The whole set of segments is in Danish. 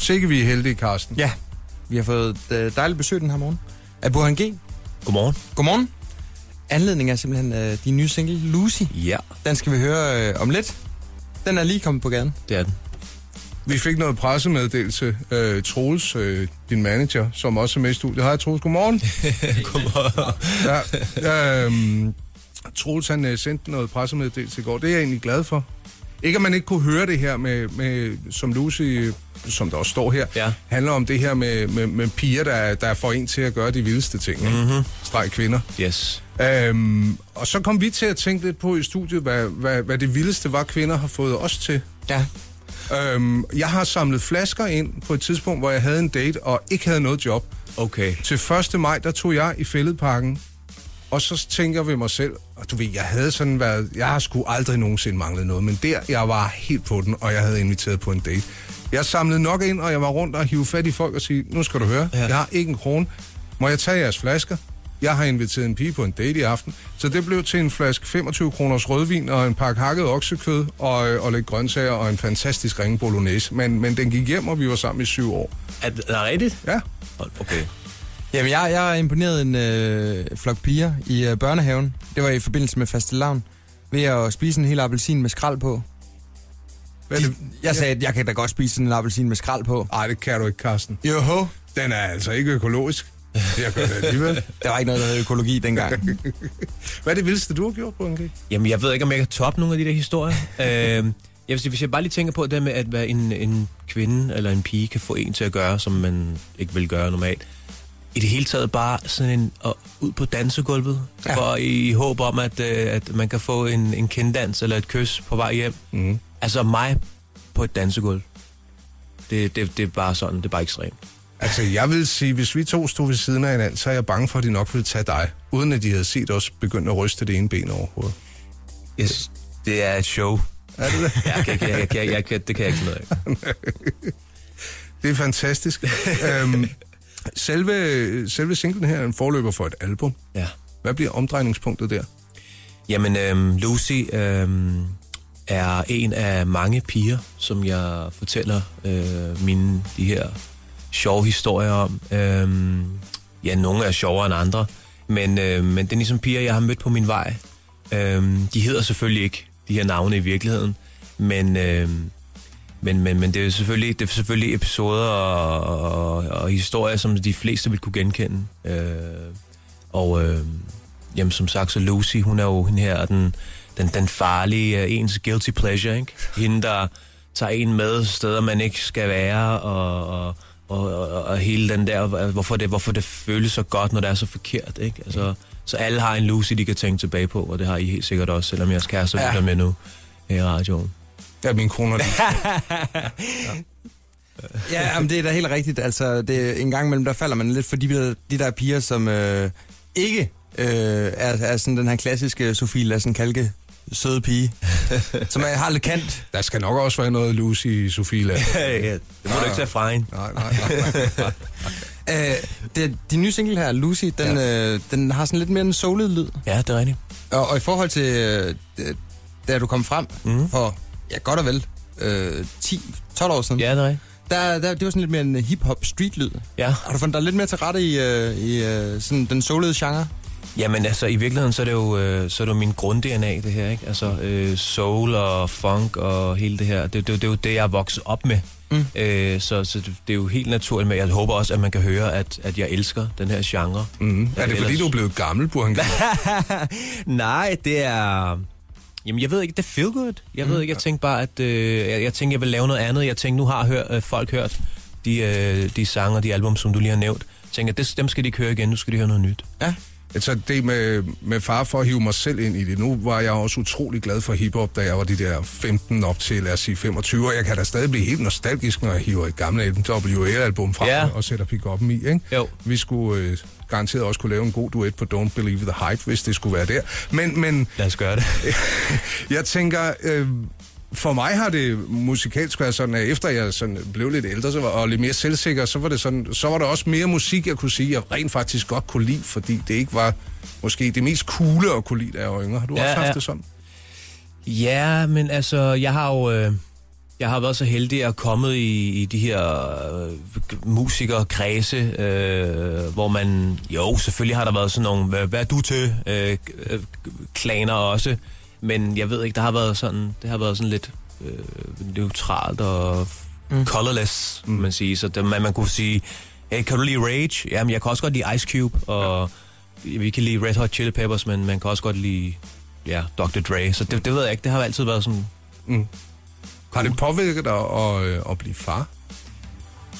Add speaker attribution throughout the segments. Speaker 1: Sikke vi er heldige, Carsten.
Speaker 2: Ja, vi har fået øh, dejligt besøg den her morgen af Burhan G.
Speaker 3: Godmorgen.
Speaker 2: Godmorgen. Anledningen er simpelthen øh, din nye single, Lucy.
Speaker 3: Ja,
Speaker 2: Den skal vi høre øh, om lidt. Den er lige kommet på gaden.
Speaker 3: det er den.
Speaker 1: Vi fik noget pressemeddelelse. Øh, Troels, øh, din manager, som også er med i studiet. Hej Troels, godmorgen. ja, øhm, Troels han øh, sendte noget pressemeddelelse i går. Det er jeg egentlig glad for. Ikke at man ikke kunne høre det her, med, med som Lucy, øh, som der også står her,
Speaker 3: Ja.
Speaker 1: handler om det her med, med, med piger, der, der får en til at gøre de vildeste ting. Mm-hmm. Streg kvinder.
Speaker 3: Mhm. Yes.
Speaker 1: Øhm, og så kom vi til at tænke lidt på i studiet, hvad, hvad, hvad det vildeste var, kvinder har fået os til.
Speaker 2: Ja.
Speaker 1: Øhm, jeg har samlet flasker ind på et tidspunkt, hvor jeg havde en date og ikke havde noget job.
Speaker 3: Okay.
Speaker 1: Til 1. maj, der tog jeg i fældeparken, og så tænker jeg ved mig selv, og du ved, jeg havde sådan været, jeg har sgu aldrig nogensinde manglet noget, men der, jeg var helt på den, og jeg havde inviteret på en date. Jeg samlede nok ind, og jeg var rundt og hive fat i folk og sige, nu skal du høre, ja. jeg har ikke en krone. Må jeg tage jeres flasker? Jeg har inviteret en pige på en date i aften, så det blev til en flaske 25 kroners rødvin og en pakke hakket oksekød og, og lidt grøntsager og en fantastisk ringe bolognese. Men, men den gik hjem, og vi var sammen i syv år.
Speaker 3: Er det er det rigtigt?
Speaker 1: Ja,
Speaker 3: Hold- Okay.
Speaker 2: Jamen, jeg, jeg har imponeret en øh, flok piger i øh, børnehaven. Det var i forbindelse med fastelavn. Ved at spise en hel appelsin med skrald på.
Speaker 1: Hvad er
Speaker 2: De,
Speaker 1: det?
Speaker 2: jeg sagde, at jeg kan da godt spise sådan en appelsin med skrald på.
Speaker 1: Ej, det kan du ikke, Carsten.
Speaker 2: Joho.
Speaker 1: Den er altså ikke økologisk. Jeg gør det alligevel.
Speaker 2: Der var ikke noget, der hed økologi dengang.
Speaker 1: Hvad er det vildeste, du har gjort, Bunke?
Speaker 3: Jamen, jeg ved ikke, om jeg kan toppe nogle af de der historier. øh, jeg vil sige, hvis jeg bare lige tænker på det med, at hvad en, en kvinde eller en pige kan få en til at gøre, som man ikke vil gøre normalt. I det hele taget bare sådan en, og ud på dansegulvet, ja. for i, i håb om, at, øh, at man kan få en, en kenddans eller et kys på vej hjem.
Speaker 1: Mm.
Speaker 3: Altså mig på et dansegulv. Det, det, det er bare sådan, det er bare ekstremt.
Speaker 1: Altså, jeg vil sige, hvis vi to stod ved siden af hinanden, så er jeg bange for, at de nok ville tage dig, uden at de havde set os begynde at ryste det ene ben over hovedet.
Speaker 3: Yes. Det er et show.
Speaker 1: Er det det?
Speaker 3: Jeg kan, jeg, jeg, jeg, jeg, jeg, jeg, det kan jeg ikke finde ud af.
Speaker 1: Det er fantastisk. øhm, selve, selve singlen her er en forløber for et album.
Speaker 3: Ja.
Speaker 1: Hvad bliver omdrejningspunktet der?
Speaker 3: Jamen, øhm, Lucy øhm, er en af mange piger, som jeg fortæller øh, mine de her sjove historier om. Øhm, ja, nogle er sjovere end andre, men, øh, men det er ligesom piger, jeg har mødt på min vej. Øhm, de hedder selvfølgelig ikke de her navne i virkeligheden, men... øhm, men, men, men det er jo selvfølgelig, det er selvfølgelig episoder og, og, og historier, som de fleste vil kunne genkende. Øh, og øh, jamen, som sagt, så Lucy, hun er jo hende her, den, den, den farlige, øh, ens guilty pleasure, ikke? Hende, der tager en med steder, man ikke skal være, og, og, og, og, og hele den der, hvor- hvorfor det, hvorfor det føles så godt, når det er så forkert, ikke? Altså, så alle har en Lucy, de kan tænke tilbage på, og det har I helt sikkert også, selvom jeres kæreste
Speaker 2: Ja.
Speaker 3: lytter med nu her i radioen.
Speaker 1: Ja, min kone er
Speaker 2: Ja, men det er da helt rigtigt. Altså, det, en gang imellem, der falder man lidt for de, de der piger, som øh, ikke øh, er, er, sådan den her klassiske Sofie Lassen Kalke søde pige, som er, har lidt kant.
Speaker 1: Der skal nok også være noget Lucy i Sofie Land.
Speaker 3: ja, det må du ikke tage fra hende.
Speaker 1: Nej, nej, nej. nej.
Speaker 2: Øh, det, de nye single her, Lucy, den, ja. øh, den har sådan lidt mere en soulet lyd.
Speaker 3: Ja, det er rigtigt.
Speaker 2: Og, og i forhold til, øh, det- da du kom frem mm. for, ja, godt og vel, øh, 10-12 år siden,
Speaker 3: Ja, det er rigtigt.
Speaker 2: der, der, det var sådan lidt mere en hip-hop street-lyd.
Speaker 3: Ja.
Speaker 2: Har du fundet dig lidt mere til rette i, øh, i øh, sådan den solede genre?
Speaker 3: Jamen altså, i virkeligheden, så er det jo, øh, så er det jo min grund-DNA, det her, ikke? Altså, øh, soul og funk og hele det her, det, det, det er jo det, jeg er vokset op med. Mm. Øh, så, så det, det er jo helt naturligt, men jeg håber også, at man kan høre, at, at jeg elsker den her genre.
Speaker 1: Mm.
Speaker 3: Ja,
Speaker 1: Er det fordi,
Speaker 3: ellers-
Speaker 1: du er blevet gammel, Burhan?
Speaker 3: Nej, det er... Jamen, jeg ved ikke, det er feel good. Jeg ved ikke, jeg tænkte bare, at øh, jeg, jeg tænkte, jeg vil lave noget andet. Jeg tænkte, nu har hør, øh, folk hørt de, øh, de sange og de album, som du lige har nævnt. Jeg tænkte, at det, dem skal de ikke høre igen, nu skal de høre noget nyt.
Speaker 2: Ja.
Speaker 1: Altså det med, med far for at hive mig selv ind i det. Nu var jeg også utrolig glad for hiphop, da jeg var de der 15 op til, lad os sige 25, og jeg kan da stadig blive helt nostalgisk, når jeg hiver et gammelt WA-album frem
Speaker 3: Ja.
Speaker 1: yeah. og sætter pick i, ikke?
Speaker 3: Jo.
Speaker 1: Vi skulle øh, garanteret også kunne lave en god duet på Don't Believe the Hype, hvis det skulle være der. Men, men
Speaker 3: Lad os gøre det.
Speaker 1: jeg tænker, øh, for mig har det musikalsk været sådan, at efter jeg sådan blev lidt ældre så var, og lidt mere selvsikker, så var, det sådan, så var der også mere musik, jeg kunne sige, jeg rent faktisk godt kunne lide, fordi det ikke var måske det mest coole at kunne lide, da jeg var yngre. Har du ja,
Speaker 3: Ja,
Speaker 1: også haft ja.
Speaker 3: ja.
Speaker 1: det sådan?
Speaker 3: Ja, men altså, jeg har jo... Øh, Jeg har været så heldig at komme i, i de her øh, musikerkredse, øh, hvor man... Jo, selvfølgelig har der været sådan nogle, hvad, hvad er du til? Øh, øh, klaner også. Men jeg ved ikke, der har været sådan... Det har været sådan lidt øh, neutralt og mm. colorless, mm. man sige. Så det, man, man kunne sige, hey, kan du lide Rage? Jamen, jeg kan også godt lide Ice Cube, og ja. vi kan lide Red Hot Chili Peppers, men man kan også godt lide ja, Dr. Dre. Så det, det ved jeg ikke, det har altid været sådan...
Speaker 1: Mm. Har det påvirket dig at, øh, at blive far?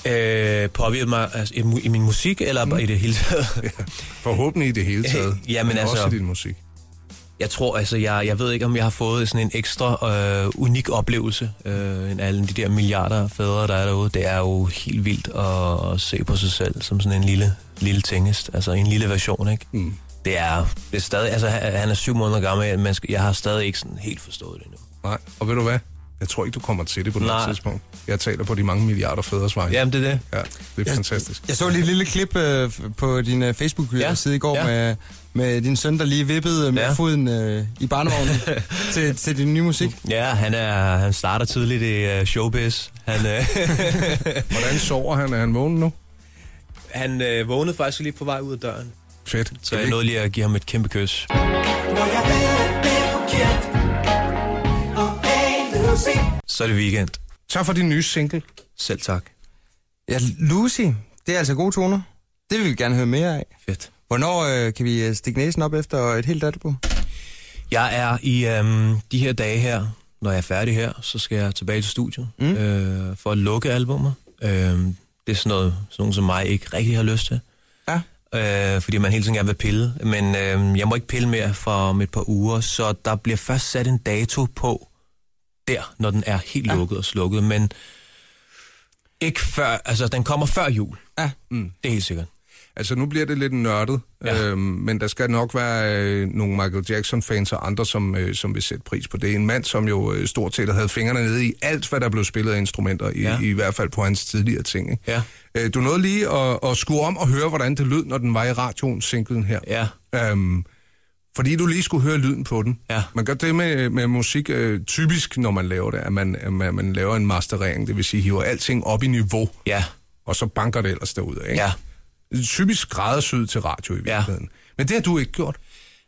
Speaker 3: Øh, påvirket mig altså, i, mu- i min musik, eller mm. i det hele taget?
Speaker 1: Forhåbentlig i det hele taget.
Speaker 3: Ja, men altså-
Speaker 1: Også i din musik.
Speaker 3: Jeg tror, altså, jeg, jeg ved ikke, om jeg har fået sådan en ekstra øh, unik oplevelse øh, end alle de der milliarder fædre, der er derude. Det er jo helt vildt at, at se på sig selv som sådan en lille, lille tingest. Altså en lille version, ikke?
Speaker 1: Mm.
Speaker 3: Det er, det er stadig, altså han han er syv måneder gammel, men jeg har stadig ikke sådan helt forstået det endnu.
Speaker 1: Nej, og ved du hvad? Jeg tror ikke, du kommer til det på noget
Speaker 3: Nej.
Speaker 1: tidspunkt. Jeg taler på de mange milliarder fædres vej.
Speaker 3: Jamen, det er det.
Speaker 1: ja, det er
Speaker 2: Jeg-
Speaker 1: fantastisk.
Speaker 2: Jeg så lige et lille klip øh, f- på din øh, Facebook-side ja. i går ja.
Speaker 3: ja.
Speaker 2: med, med din søn, der lige vippede med ja.
Speaker 3: Ja.
Speaker 2: foden øh, i barnevognen til, til din nye musik.
Speaker 3: Ja, han, er, han starter tidligt i uh, showbiz. Han, øh,
Speaker 1: Hvordan sover han? Er han vågen nu?
Speaker 3: han øh, vågnede faktisk lige på vej ud af døren.
Speaker 1: Fedt.
Speaker 3: Så
Speaker 1: Skal vi
Speaker 3: jeg
Speaker 1: ikke-
Speaker 3: nåede lige at give ham et kæmpe kys.
Speaker 4: Når jeg ved, at det er forkert Og hey Lucy
Speaker 3: Så er det weekend.
Speaker 1: Tak for din nye single.
Speaker 3: Selv tak.
Speaker 2: Ja, Lucy, det er altså gode toner. Det vil vi gerne høre mere af.
Speaker 3: Fedt.
Speaker 2: Hvornår øh, kan vi øh, stikke næsen op efter et helt album?
Speaker 3: Jeg er i øhm, de her dage her, når jeg er færdig her, så skal jeg tilbage til studiet mm. øh, for at lukke albumet. Øh, det er sådan noget, sådan nogen som mig ikke rigtig har lyst til.
Speaker 2: Ja.
Speaker 3: Øh, fordi man hele tiden gerne vil pille. Men øh, jeg må ikke pille mere for om et par uger, så der bliver først sat en dato på der, når den er helt lukket og slukket. Men ikke før, altså den kommer før jul.
Speaker 2: Ja.
Speaker 3: Mm. Det er helt sikkert.
Speaker 1: Altså, nu bliver det lidt nørdet, ja.
Speaker 3: Ja.
Speaker 1: øhm, men der skal nok være øh, nogle Michael Jackson-fans og andre, som, øh, som vil sætte pris på det. En mand, som jo øh, stort set havde fingrene nede i alt, hvad der blev spillet af instrumenter, i, ja.
Speaker 3: Ja.
Speaker 1: i hvert fald på hans tidligere ting. Ikke?
Speaker 3: Ja.
Speaker 1: Øh, du nåede lige at, at skue om og høre, hvordan det lød, når den var i radioen, singlen her.
Speaker 3: Ja.
Speaker 1: Øhm, fordi du lige skulle høre lyden på den.
Speaker 3: Ja.
Speaker 1: Man gør det med, med musik øh, typisk, når man laver det, at man, at man, man laver en masterering, det vil sige, hiver alting op i niveau,
Speaker 3: Ja.
Speaker 1: og så banker det ellers derud. Ikke?
Speaker 3: Ja.
Speaker 1: Typisk grædesyd til radio i virkeligheden. Ja. Men det har du ikke gjort.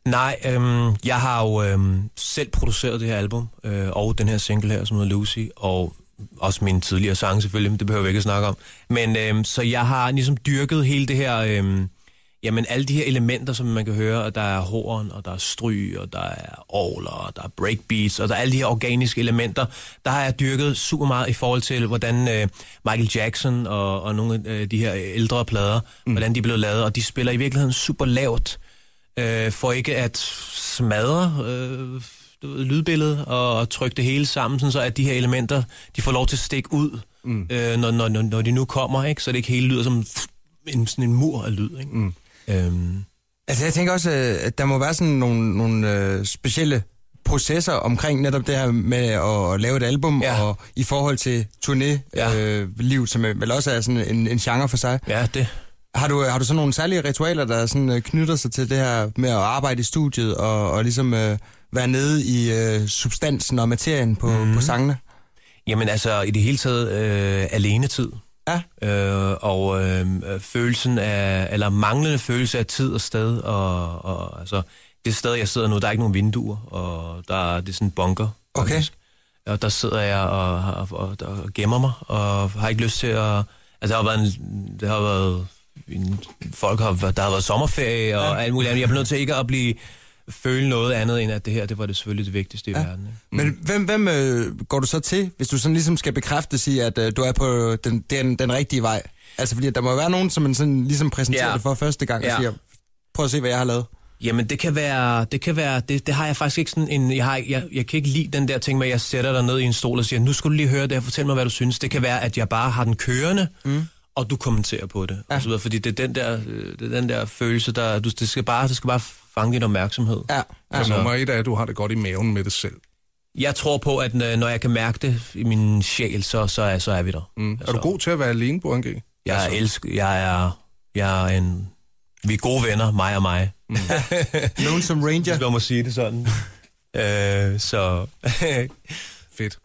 Speaker 3: Nej, øhm, jeg har jo øhm, selv produceret det her album, øh, og den her single her, som hedder Lucy, og også mine tidligere sange selvfølgelig, men det behøver vi ikke at snakke om. Men øhm, så jeg har ligesom dyrket hele det her, øhm, jamen alle de her elementer, som man kan høre, og der er horn, og der er stryg, og der er orgler, og der er breakbeats, og der er alle de her organiske elementer, der har jeg dyrket super meget i forhold til, hvordan øh, Michael Jackson og, og nogle af øh, de her ældre plader, mm. hvordan de blev lavet, og de spiller i virkeligheden super lavt, øh, for ikke at smadre øh, du ved, lydbilledet og, og trykke det hele sammen, sådan så at de her elementer, de får lov til at stikke ud, mm. øh, når, når, når, når de nu kommer, ikke? så det ikke hele lyder som en, sådan en mur af lyd. Ikke? Mm. Øhm,
Speaker 2: Altså, jeg tænker også, øh, at der må være sådan nogle, nogle øh, specielle processer omkring netop det her med at lave et album,
Speaker 3: Ja.
Speaker 2: ja. og i forhold til
Speaker 3: Ja.
Speaker 2: turné-liv, som øh, vel også er sådan en, en genre for sig.
Speaker 3: ja, det.
Speaker 2: Har du, har du sådan nogle særlige ritualer, der sådan, øh, knytter sig til det her med at arbejde i studiet, og, og ligesom øh, være nede i øh, substansen og materien på, mm. på sangene?
Speaker 3: Jamen altså, i det hele taget øh, alenetid.
Speaker 2: Ja.
Speaker 3: Øh, og øh, øh, følelsen af, eller manglende følelse af tid og sted, og, og altså, det sted, jeg sidder nu, der er ikke nogen vinduer, og der er, det er sådan en bunker.
Speaker 2: Okay.
Speaker 3: Og der sidder jeg og, og, og, og gemmer mig, og har ikke lyst til at... Altså, der har været en, det har været en, folk har, været- der har været sommerferie og ja. alt muligt andet. Jeg blev nødt til ikke at blive føle noget andet end, at det her, det var det selvfølgelig det vigtigste ja. i verden. Ikke?
Speaker 2: Men hvem, hvem øh, går du så til, hvis du sådan ligesom skal bekræftes i, at øh, du er på den, den, den rigtige vej? Altså, fordi der må være nogen, som man sådan ligesom præsenterer
Speaker 3: Ja.
Speaker 2: ja. det for første gang og
Speaker 3: Ja.
Speaker 2: siger, prøv at se, hvad jeg har lavet.
Speaker 3: Jamen, det kan være... Det, kan være, det, det har jeg faktisk ikke sådan en... Jeg, har, jeg, jeg kan ikke lide den der ting med, at jeg sætter dig ned i en stol og siger, nu skal du lige høre det her, fortæl mig, hvad du synes. Det kan være, at jeg bare har den kørende, mm. og du kommenterer på det. Ja. Og så videre, fordi det er den der, øh, det er den der følelse, der... Du, det, skal bare, det skal bare fange din opmærksomhed.
Speaker 2: Ja,
Speaker 1: Ja,
Speaker 2: ja.
Speaker 1: altså. Nummer et er, at du har det godt i maven med det selv.
Speaker 3: Jeg tror på, at øh, når jeg kan mærke det i min sjæl, så, så, er, så er vi der. Altså,
Speaker 1: Mm. Er du god Altså. til at være alene, Burhan G?
Speaker 3: Jeg elsker... Jeg er, jeg er en... Vi er gode venner, mig og mig.
Speaker 2: Lonesome Ranger.
Speaker 3: man må sige det sådan. øh, så...
Speaker 1: Fedt.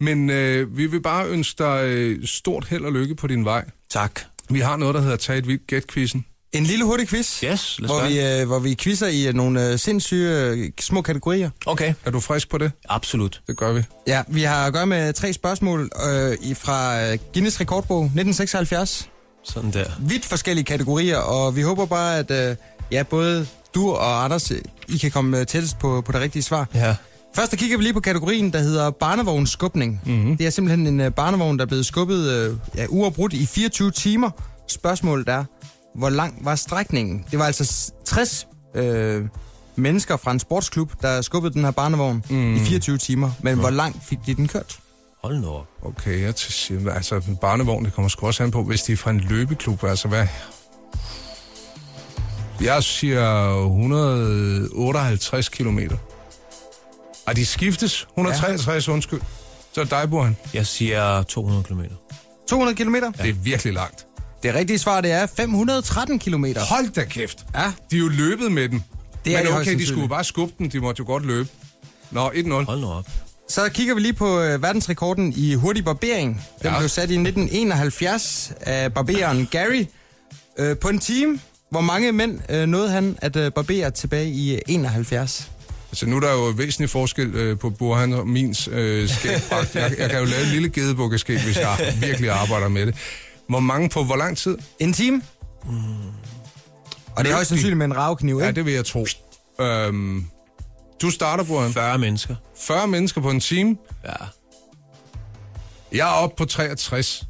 Speaker 1: Men øh, vi vil bare ønske dig øh, stort held og lykke på din vej.
Speaker 3: Tak.
Speaker 1: Vi har noget, der hedder Tag et vildt gæt -quizzen.
Speaker 2: En lille hurtig quiz,
Speaker 3: Yes, lad os
Speaker 2: hvor,
Speaker 3: gøre det.
Speaker 2: vi, øh, hvor vi quizzer i øh, nogle øh, sindssyge øh, små kategorier.
Speaker 3: Okay,
Speaker 1: Er du frisk på det?
Speaker 3: absolut.
Speaker 1: Det gør vi.
Speaker 2: Ja, vi har at gøre med tre spørgsmål øh, i- fra øh, Guinness Rekordbog 1976.
Speaker 3: Sådan der.
Speaker 2: Vidt forskellige kategorier, og vi håber bare, at øh, ja, både du og Anders, øh, I kan komme øh, tættest på, på det rigtige svar.
Speaker 3: Ja.
Speaker 2: Først der kigger vi lige på kategorien, der hedder barnevognsskubning.
Speaker 1: Mhm.
Speaker 2: Mm-hmm. Det er simpelthen en øh, barnevogn, der er blevet skubbet øh, ja, uafbrudt i 24 timer. Spørgsmålet er, hvor lang var strækningen? Det var altså s- 60 øh, mennesker fra en sportsklub, der skubbede den her barnevogn
Speaker 1: Mhm.
Speaker 2: mm. i 24 timer. Men hvor langt fik de den kørt?
Speaker 3: Hold nu op.
Speaker 1: Okay, jeg til siger, altså en barnevogn, det kommer sgu også an på, hvis de er fra en løbeklub, altså hvad? Jeg siger 158 kilometer. Ej, de skiftes. 163, ja. undskyld. Så er det dig, Burhan.
Speaker 3: Jeg siger 200 km.
Speaker 2: 200 km?
Speaker 1: Ja. Det er virkelig langt.
Speaker 2: Det rigtige svar, det er 513 km.
Speaker 1: Hold da kæft.
Speaker 2: Ja.
Speaker 1: De er jo løbet med den.
Speaker 2: Det er de
Speaker 1: Men
Speaker 2: højst
Speaker 1: okay, de skulle
Speaker 2: sandsynligt.
Speaker 1: jo bare skubbe den. De måtte jo godt løbe. Nå, 1-0.
Speaker 3: Hold nu op.
Speaker 2: Så kigger vi lige på øh, verdensrekorden i hurtig barbering. Den
Speaker 1: Ja.
Speaker 2: ja. blev sat i 1971 af barbereren Gary. Øh, på en time, hvor mange mænd øh, nåede han at øh, barbere tilbage i øh, 71?
Speaker 1: Altså, nu er der jo væsentlig forskel øh, på Burhan og mins øh, skægpragt. Jeg, jeg kan jo lave en lille gedebukkeskæg, hvis jeg virkelig arbejder med det. Hvor mange på hvor lang tid?
Speaker 2: En time? Og det er højst sandsynligt med en ravkniv,
Speaker 1: Ja,
Speaker 2: ikke?
Speaker 1: det vil jeg tro. Øhm, du starter, Burhan.
Speaker 3: 40 mennesker.
Speaker 1: 40 mennesker på en time.
Speaker 3: Ja.
Speaker 1: Jeg er oppe på 63.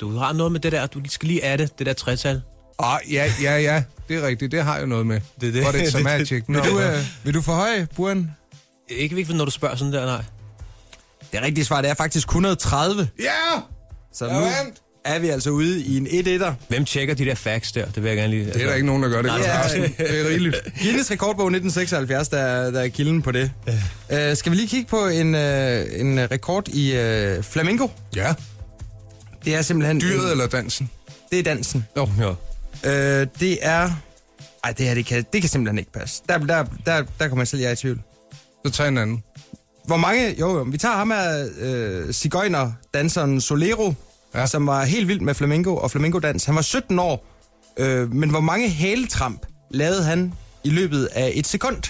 Speaker 3: Du har noget med det der, du skal lige af det, det der 60-tal.
Speaker 1: Ah, ja, ja, ja. Det er rigtigt. Det har jeg noget med.
Speaker 3: Det er det.
Speaker 1: Var det så
Speaker 3: Det- det-
Speaker 1: magic? Nå,
Speaker 2: Vil du, øh, vil du forhøje, Buren?
Speaker 3: Ikke vigtigt, når du spørger sådan der, nej.
Speaker 2: Det rigtige svar, det er faktisk 130.
Speaker 1: Ja!
Speaker 2: Så
Speaker 1: Jeg
Speaker 2: nu
Speaker 1: vandt!
Speaker 2: er vi altså ude i en 1-1'er.
Speaker 3: Hvem tjekker de der facts der? Det vil jeg gerne lige...
Speaker 1: Det er der ikke nogen, der gør det.
Speaker 3: Nej,
Speaker 1: Kim
Speaker 2: nej.
Speaker 1: Larsen. Det er rigeligt.
Speaker 2: Guinness rekordbog 1976, der, er- der er kilden på det. Uh, skal vi lige kigge på en, uh, en øh, rekord i uh, flamingo?
Speaker 1: Ja.
Speaker 2: Det er simpelthen...
Speaker 1: Dyret eller dansen?
Speaker 2: Det er dansen.
Speaker 3: Altså,
Speaker 1: Jo, ja.
Speaker 2: Uh, det er... Ej, det her, det kan, det kan simpelthen ikke passe. Der, der, der, der kommer jeg selv jeg er i tvivl.
Speaker 1: Så tag en anden.
Speaker 2: Hvor mange... Jo, jo, vi tager ham af uh, cigøjner, danseren Solero,
Speaker 1: Ja.
Speaker 2: ja. som var helt vild med flamingo og flamingodans. Han var 17 år, uh, men hvor mange hæletramp lavede han i løbet af et sekund?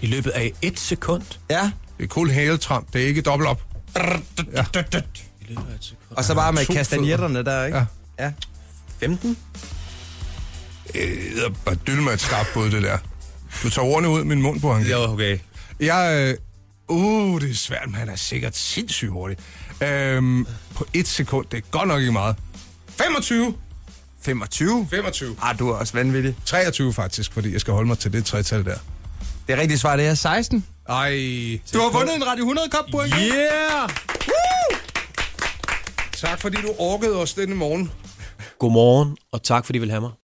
Speaker 3: I løbet af et sekund.
Speaker 2: Ja,
Speaker 1: Det er cool hæletramp. Det er ikke dobbelt op. Ja.
Speaker 3: I løbet af et sekund.
Speaker 2: og så bare med
Speaker 1: To fødder.
Speaker 2: kastanjetterne der, ikke?
Speaker 1: Ja.
Speaker 2: ja.
Speaker 3: 15?
Speaker 1: Det er bare dyl med et skarpt bud, det der. Du tager ordene ud af min mund, på han.
Speaker 3: Ja, okay.
Speaker 1: Jeg, øh, uh, det er svært, men han er sikkert sindssygt hurtig. Øhm, på et sekund, det er godt nok ikke meget. 25!
Speaker 2: 25?
Speaker 1: 25.
Speaker 2: Ah, du er også vanvittig.
Speaker 1: 23 faktisk, fordi jeg skal holde mig til det tretal der.
Speaker 2: Det rigtige svar, det er 16.
Speaker 1: Ej.
Speaker 2: Du har vundet en Radio 100-kop, Burhan.
Speaker 3: Yeah!
Speaker 1: Tak fordi du orkede os denne morgen.
Speaker 3: Godmorgen, og tak fordi I vil have mig.